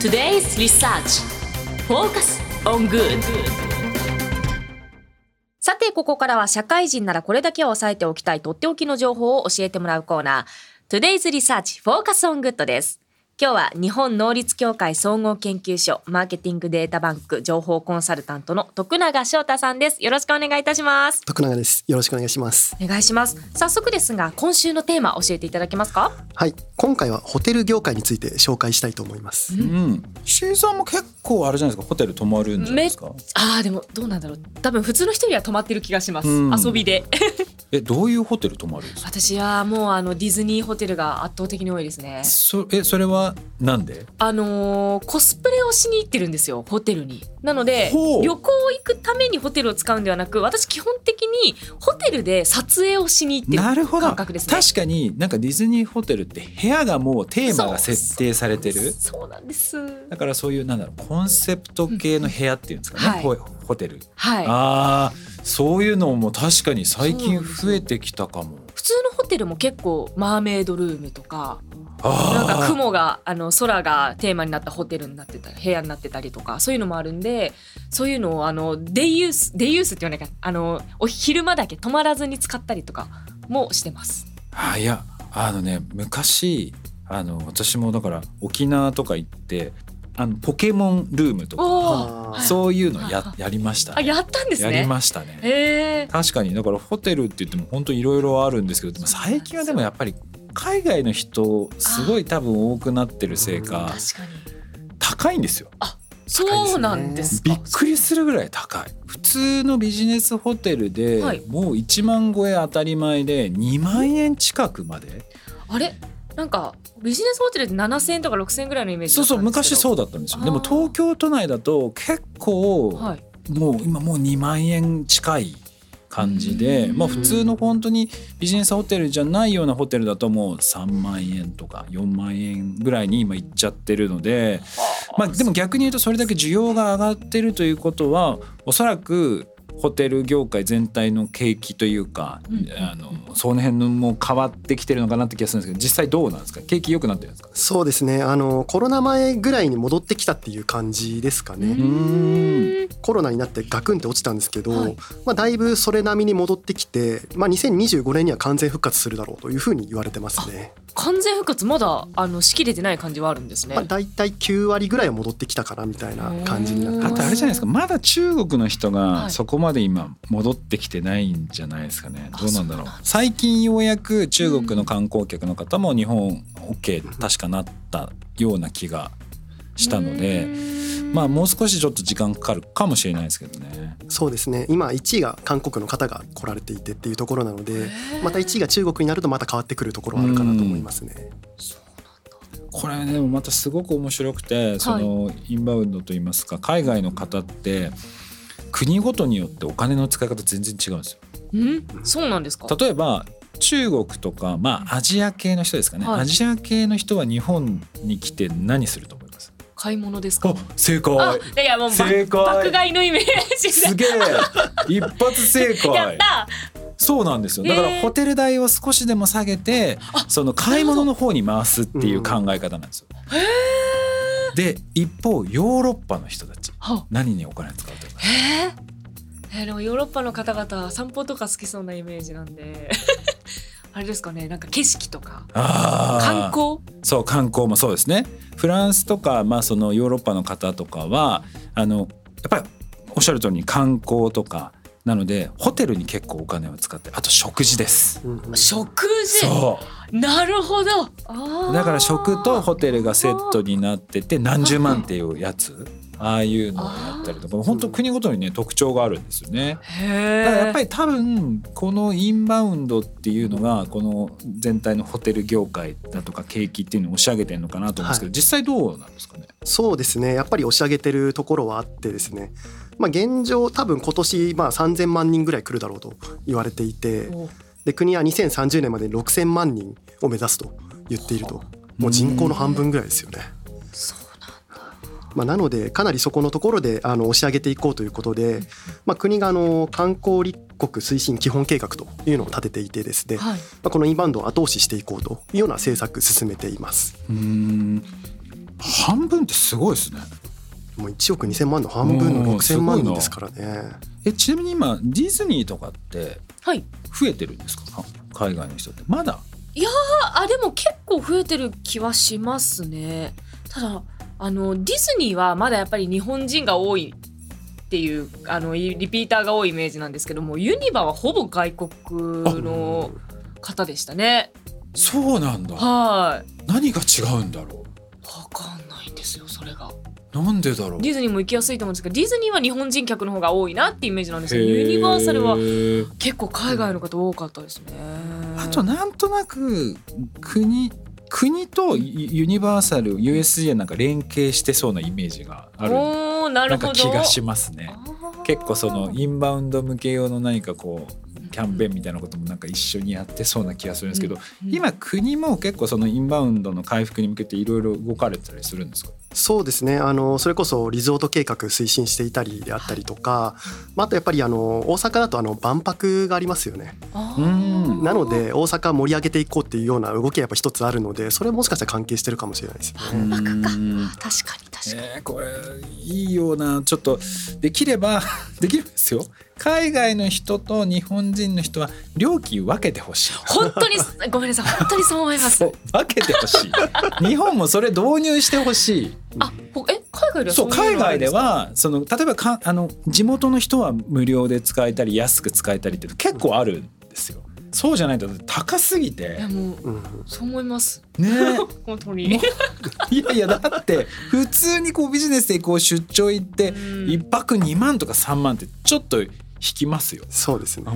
Today's Research Focus on Good さて、ここからは社会人ならこれだけは押さえておきたいとっておきの情報を教えてもらうコーナー、Today's Research Focus on Good です。今日は日本能率協会総合研究所マーケティングデータバンク情報コンサルタントの徳永翔太さんです。よろしくお願いいたします。徳永です。よろしくお願いします。お願いします。早速ですが、今週のテーマ教えていただけますかはい、今回はホテル業界について紹介したいと思います。うん、石井さんも結構あれじゃないですかホテル泊まるんじゃないですかああ、でもどうなんだろう。多分普通の人には泊まってる気がします。うん遊びで。えどういうホテル泊まるんですか私はもうあのディズニーホテルが圧倒的に多いですね。そえそれはなんであのーコスプレをしに行ってるんですよホテルになのでほう旅行行くためにホテルを使うんではなく私基本的にホテルで撮影をしに行ってるなるほど感覚ですね確かになんかディズニーホテルって部屋がもうテーマが設定されてるそうなんですだからそういうなんだろうコンセプト系の部屋っていうんですかね、うホホテル、はいああそういうのも確かに最そうな近んです増えてきたかも普通のホテルも結構マーメイドルームとかなんかあ雲があの空がテーマになったホテルになってた部屋になってたりとかそういうのもあるんでそういうのをあのデイユースデイユースって言わないかあのお昼間だけ泊まらずに使ったりとかもしてます。ああいやあのね昔あの私もだから沖縄とか行ってあのポケモンルームとかおおあーそういうのや はやりましたあね、やったんですやね。りましたねへえ。確かにだからホテルって言っても本当いろいろあるんですけどでも最近はでもやっぱり海外の人すごい多分多くなってるせい確かかに。高いんですよそうなんですびか。っくりするぐらい高い普通のビジネスホテルではいもう1万超え当たり前で2万円近くまであれなんかビジネスホテルで7000円とか6000円ぐらいのイメージそうそう昔う。そうだったんですよあーでも東京都内だと結構はい。もう今もう2万円近い感じで、うんまあ、普通の本当にビジネスホテルじゃないようなホテルだともう3万円とか4万円ぐらいに今いっちゃってるので、まあ、でも逆に言うとそれだけ需要が上がってるということはおそらくホテル業界全体の景気というか、うんあのその辺のもう変わってきてるのかなって気がするんですけど実際どうなんですか景気良くなってるんですかそうですね。あのコロナ前ぐらいに戻ってきたっていう感じですかね。うーんコロナになってガクンって落ちたんですけど、はいまあだいぶそれ並みに戻ってきて、まあ2025年には完全復活するだろうというふうに言われてますね。完全復活まだあのしきれてない感じはあるんですね。まあだいたい9割ぐらいは戻ってきたかなみたいな感じになってあまとすあ。れじゃないですかまだ中国の人はがいそこまで今戻ってきてないんじゃないですかね、あどうなんだろうそうなんですね最近ようやく中国の観光客の方も日本 OK 確かなったような気がしたので、まあもう少しちょっと時間かかるかもしれないですけどね。そうですね。今1位が韓国の方が来られていてっていうところなので、へーまた1位が中国になるとまた変わってくるところはあるかなと思いますね。これねでもまたすごく面白くてそのインバウンドといいますか海外の方って国ごとによってお金の使い方全然違うんですよ。うんそうなんですか。例えば中国とか、まあ、アジア系の人ですかね、はいアジア系の人は日本に来て何すると思います買い物ですか。正あいやいやもうば正解爆買いのイメージだ。げえ 一発正やった。そうなんですよだかえーらホテル代を少しでも下げて、その買い物の方に回すっていう考え方なんですよ。で一方ヨーロッパの人たちは何にお金使うと思いますへえ。えーでもヨーロッパの方々散歩とか好きそうなイメージなんで。 あれですかねなんか景色とかあー観光そう観光もそうですねフランスとか、まあ、そのヨーロッパの方とかはあのやっぱりおっしゃる通りに観光とかなのでホテルに結構お金を使ってあと食事です。うんうん食事そなるほどうだから食とホテテルがセットになってて何十万っていうやつああいうのをやったりとか本当国ごとにね特徴があるんですよね。だからやっぱりり多分このインバウンドっていうのがこの全体のホテル業界だとか景気っていうのを押し上げてるのかなと思うんですけど、は実際どうなんですかねそうですねやっぱり押し上げてるところはあってですね、まあ、現状多分今年まあ3,000万人ぐらい来るだろうと言われていてで国は2030年までに6,000万人を目指すと言っているともう人口の半分ぐらいですよね。そうなんまあ、なのでかなりそこのところであの押し上げていこうということで、まあ、国があの観光立国推進基本計画というのを立てていてですね、まはいあ、このインバウンドを後押ししていこうというような政策進めています。うーん半分ってすごいですねもう1億2,000万の半分うんの6,000万人すごいなですからね。えちなみに今ディズニーとかってはい。増えてるんですかか海外の人ってまだああでも結構増えてる気はしますね。ただあのディズニーはまだやっぱり日本人が多いっていうあのいリピーターが多いイメージなんですけどもユニバはほぼ外国の方でしたね。そうなんだはい。何が違うんだろわかんないんですよそれが。うなんでだろうディズニーも行きやすいと思うんですけどディズニーは日本人客の方が多いなってイメージなんですけどユニバーサルはへー結構海外の方多かったですね。あとなんとなく国国とユユニバーサル USJ なんか連携してそうなイメージがあるなおーなるんほど。か気がしますねあー結構そのインバウンド向け用の何かこうキャンペーンみたいなこともなんか一緒にやってそうな気がするんですけど、うん今国も結構そのインバウンドの回復に向けていろいろ動かれてたりするんですかそうですねあのそれこそリゾート計画推進していたりであったりとか、まあ、あとやっぱりあの大阪だとあの万博がありますよねあうーんなので大阪盛り上げていこうっていうような動きがやっぱ一つあるのでそれもしかしたら関係してるかもしれないですね。幕かうん確かに確かに。えーこれいいようなちょっとできれば できるんですよ海外の人と日本人の人は料金分けてほしい本当にごめんなさい本当にそう思います。分けてほしい日本もそれ導入してほしいあ、ほえ海外ではそうい海のあるんで外ですかはその例えばかあの地元の人は無料で使えたり安く使えたりって結構あるんですよそうじゃないと高すぎいてやもううんそう思います。ね本当に。いやいやだって普通にこうビジネスでこう出張行ってうん一泊2万とか3万ってちょっと引きますよそうですね。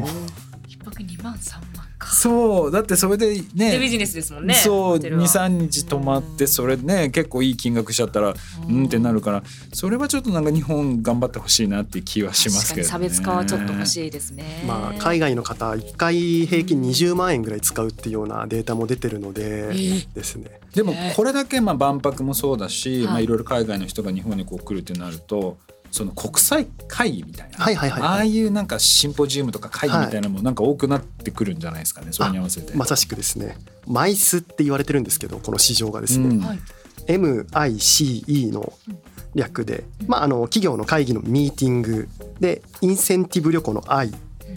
一泊二万三万か。そうだってそれででビねジネスですもんね。そうホテルは23日泊まってそれね結構いい金額しちゃったらうんってなるからそれはちょっとなんか日本頑張ってほしいなって気はしますけど、ね、確かに差別化はちょっと欲しいですね。まあ、海外の方1回平均20万円ぐらい使うっていうようなデータも出てるのでえですねでもこれだけまあ万博もそうだし、はいまあ、いろいろ海外の人が日本にこう来るってなるとその国際会議みたいな、はいはいはいはいああいうなんかシンポジウムとか会議みたいなのもなんか多くなってくるんじゃないですかね、それに合わせて。まさしくですねマイスって言われてるんですけどこの市場がですね、うんはい MICE の略で、まあ、あの企業の会議のミーティングでインセンティブ旅行の I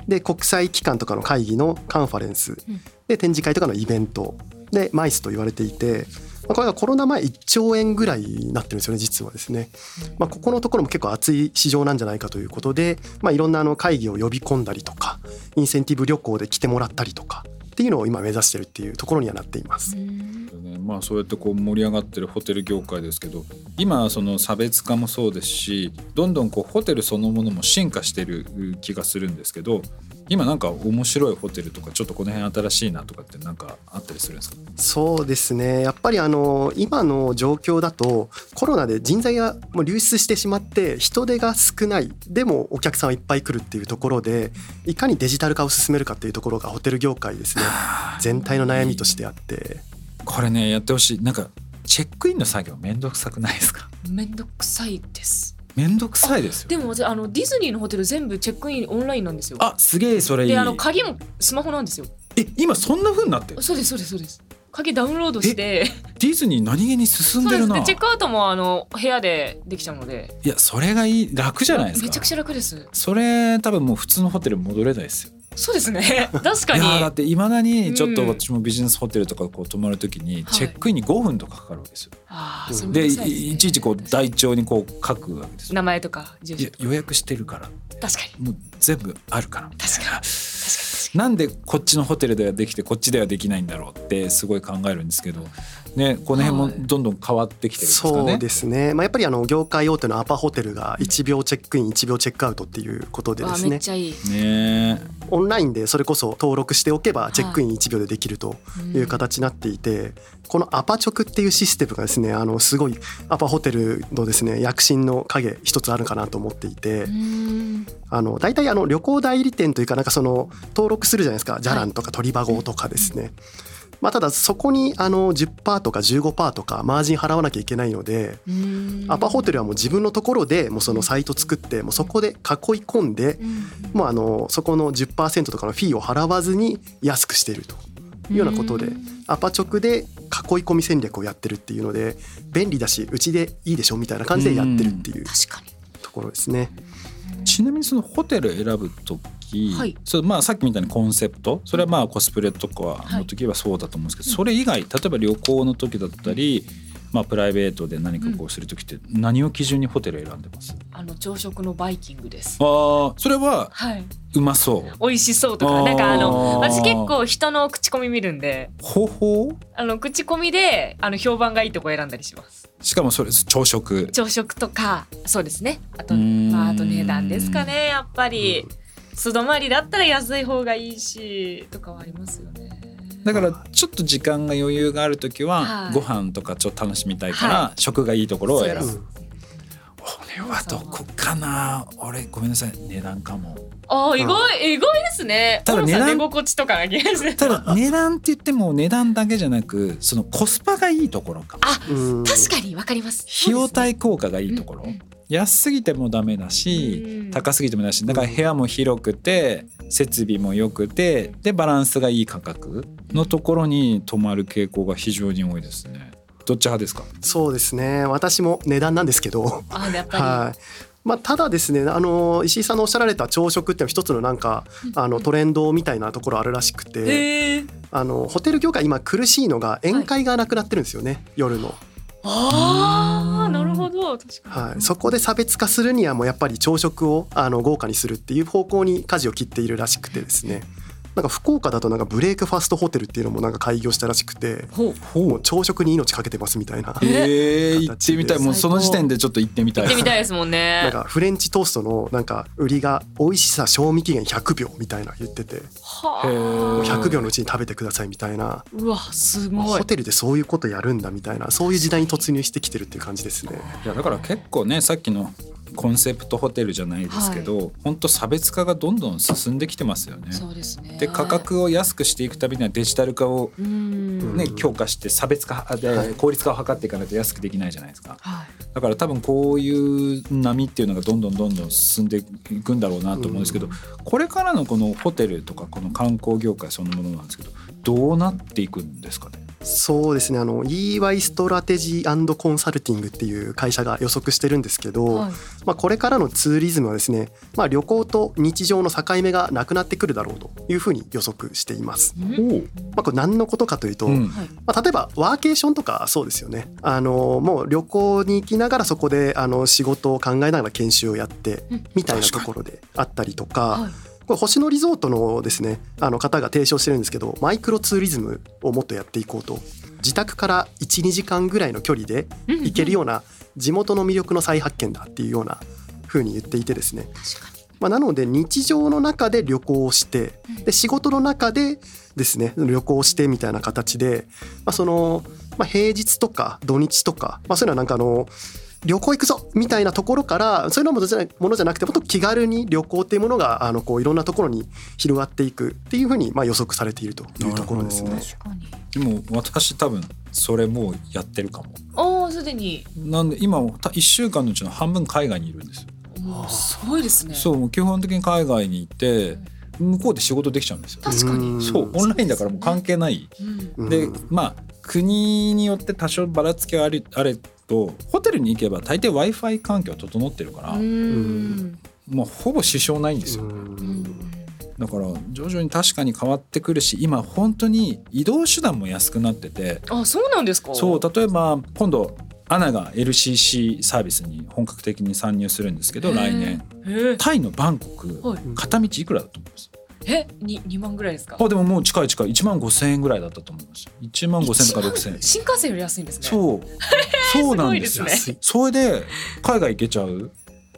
で国際機関とかの会議のカンファレンスうんで展示会とかのイベントでマイスと言われていて。まあこれがコロナ前1兆円ぐらいになってるんですよね実はですね、まあ、ここのところも結構熱い市場なんじゃないかということで、まあ、いろんなあの会議を呼び込んだりとかインセンティブ旅行で来てもらったりとかっていうのを今目指してるっていうところにはなっています。ねまあ、そうやってこう盛り上がってるホテル業界ですけど今その差別化もそうですしどんどんこうホテルそのものも進化してる気がするんですけど今なんか面白いホテルとかちょっとこの辺新しいなとかってなんかあったりするんですかそうですねやっぱりあの今の状況だとコロナで人材がもう流出してしまって人手が少ないでもお客さんはいっぱい来るっていうところでいかにデジタル化を進めるかっていうところがホテル業界ですね全体の悩みとしてあってこれねやってほしいなんかチェックインの作業めんどくさくないですかめんどくさいです。 めんどくさいですよでも私あのディズニーのホテル全部チェックインオンラインなんですよ。あすげえそれいいであの鍵もスマホなんですよ。え今そんな風になってるそうですそうですそうです。鍵ダウンロードして。ディズニー何気に進んそうででるすなね。チェックアウトもあの部屋でできちゃうので。いやそれがいい楽じゃないですかめちゃくちゃ楽です。それ多分もう普通のホテル戻れないですよそうです ね。確かいに。やーだっていまだうんにちょっと私もビジネスホテルとかこう泊まるときにはいチェックインに5分とかかかるわけですよ。あーうんそれめんでどいくさですねいちいちこう台帳にこう書くわけですよ。名前とか住い所やとか。予約してるから確かに。もう全部あるからみたいな確かになんでこっちのホテルではできてこっちではできないんだろうってすごい考えるんですけどねこのはい辺もどんどん変わってきてるんですかね。そうですね、まあ、やっぱりあの業界大手のアパホテルが1秒チェックイン1秒チェックアウトっていうことでわであすめねっちゃいい。ねオンラインでそれこそ登録しておけばチェックイン1秒でできるとうんいう形になっていて、このアパ直っていうシステムがですねあのすごいアパホテルのですね躍進の影一つあるかなと思っていて、うんあの大体あの旅行代理店というかなんかその登録するじゃないですかじゃらんとか鳥羽号とかですね、まあ、ただそこにあの10%とか15%とかマージン払わなきゃいけないので。うんアパホテルはもう自分のところでもうそのサイト作ってもうそこで囲い込んでうんもうあのそこの10%とかのフィーを払わずに安くしているというようなことでアパ直で囲い込み戦略をやってるっていうので便利だしうちでいいでしょみたいな感じでやってるっていう確かにところですね。ちなみにそのホテル選ぶ時、はいそれまあさっきみたいなコンセプトそれはまあコスプレとかの時はそうだと思うんですけど、それ以外例えば旅行の時だったり、まあ、プライベートで何かこうする時って何を基準にホテル選んでます、あの朝食のバイキングですあーそれははいうまそう。美味しそうとかあーなんかあの私結構人の口コミ見るんで方法あの口コミであの評判がいいとこ選んだりしますしかもそれ朝食朝食とかそうですねあとうーんまああと値段ですかねやっぱり素泊まりだったら安い方がいいしとかはありますよねだからちょっと時間が余裕がある時ははいご飯とかちょっと楽しみたいから、は食がいいところを選ぶうそん俺はどこかな俺ごめんなさい値段かもあー意外意外ですねただコロさん値段寝心地とかが気がしてただ値段って言っても値段だけじゃなくそのコスパがいいところかもうん確かにわかります費用対効果がいいところ、うんうん安すぎてもダメだしうん高すぎてもダメだしだから部屋も広くて設備も良くてでバランスがいい価格のところに泊まる傾向が非常に多いですねどっち派ですかそうですね私も値段なんですけどあーやっぱはい。まあ、ただですねあの石井さんのおっしゃられた朝食っていうのは一つのなんかあのトレンドみたいなところあるらしくりてへえあのホテル業界今苦しいのが宴会がなくなってるんですよね、夜の、ああなるほど確かにはい、そこで差別化するにはもうやっぱり朝食をあの豪華にするっていう方向に舵を切っているらしくてですねなんか福岡だとなんかブレイクファストホテルっていうのもなんか開業したらしくてほうもう朝食に命かけてますみたいなえー、行ってみた形いでもうその時点でちょっと行ってみたい行ってみたいですもんなんねかフレンチトーストのなんか売りが美味しさ賞味期限100秒みたいな言っててへはあー100秒のうちに食べてくださいみたいなうわすごいホテルでそういうことやるんだみたいなそういう時代に突入してきてるっていう感じですね。いやだから結構ねさっきのコンセプトホテルじゃないですけど、本当差別化がどんどん進んできてますよね。そうですねで価格を安くしていくためにはデジタル化をうーんね、うん強化して差別化で、はい効率化を図っていかないと安くできないじゃないですかはいだから多分こういう波っていうのがどんどんどんどん進んでいくんだろうなと思うんですけど、これからのこのホテルとかこの観光業界そのものなんですけどどうなっていくんですかねそうですねあの EY ストラテジーコンサルティングっていう会社が予測してるんですけど、はいまあ、これからのツーリズムはですね、まあ、旅行と日常の境目がなくなってくるだろうというふうに予測しています。まあ、これ何のことかというと、うんまあ、例えばワーケーションとかそうですよねあのもう旅行に行きながらそこであの仕事を考えながら研修をやってうんみたいなところであったりとか。はいこれ星野リゾートのですねあの方が提唱してるんですけどマイクロツーリズムをもっとやっていこうと自宅から12時間ぐらいの距離でうん行けるような地元の魅力の再発見だっていうような風に言っていてですね、確かまあ、なので日常の中で旅行をしてで仕事の中でですね旅行をしてみたいな形で、まあ、その、まあ、平日とか土日とか、まあ、そういうのはなんかあの旅行行くぞみたいなところからそういうのものじゃなものじゃなくてもっと気軽に旅行っていうものがあのこういろんなところに広がっていくっていうふうにまあ予測されているというところですなねる。に確かにでも私多分それもうやってるかもああすでになんで今た1週間のうちの半分海外にいるんですよもうすごいですねそうもう基本的に海外に行って向こうで仕事できちゃうんですよ確かにうんそうオンラインだからもう関係ないうんうんでまあ国によって多少ばらつきはありあれとホテルに行けば大抵 w i f i 環境は整ってるから、うーんもうほぼ支障ないんですよ、うんだから徐々に確かに変わってくるし今本当に移動手段も安くなっててあそうなんですかそう例えば今度アナが LCC サービスに本格的に参入するんですけどへー来年えタイのバンコクはい片道いくらだと思いますえに二万ぐらいですかあでももう近い近い1万5,000円ぐらいだったと思います1万5,000円から6,000円新幹線より安いんですねう そう。そうなんですよ。すごいですねそれで海外行けちゃう。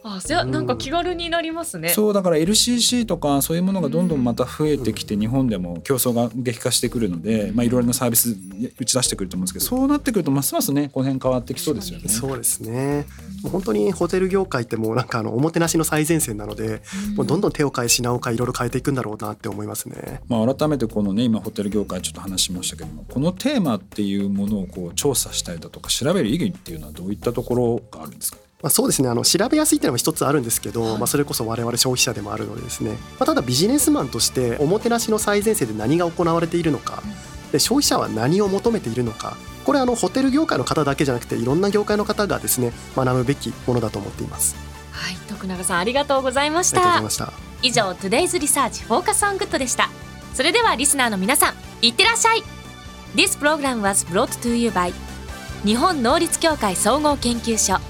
あじゃあなんか気軽になりますねそうだから LCC とかそういうものがどんどんまた増えてきて日本でも競争が激化してくるので、まあいろいろなサービス打ち出してくると思うんですけど、そうなってくるとますますねこの辺変わってきそうですよね。そうですねもう本当にホテル業界ってもうなんかあのおもてなしの最前線なので、もうどんどん手を変え品を変えいろいろ変えていくんだろうなって思いますね。まあ、改めてこのね今ホテル業界ちょっと話しましたけどもこのテーマっていうものをこう調査したりだとか調べる意義っていうのはどういったところがあるんですかねまあ、そうですねあの調べやすいっていうのも一つあるんですけど、まあ、それこそ我々消費者でもあるのでですね、まあ、ただビジネスマンとしておもてなしの最前線で何が行われているのかで消費者は何を求めているのかこれあのホテル業界の方だけじゃなくていろんな業界の方がですね学ぶべきものだと思っていますあはい、徳永さんありがとうございましりがとうござたいま以した上 Today's Research Focus on Good でしたそれではリスナーの皆さんいってらっしゃい This program was brought to you by 日本能力協会総合研究所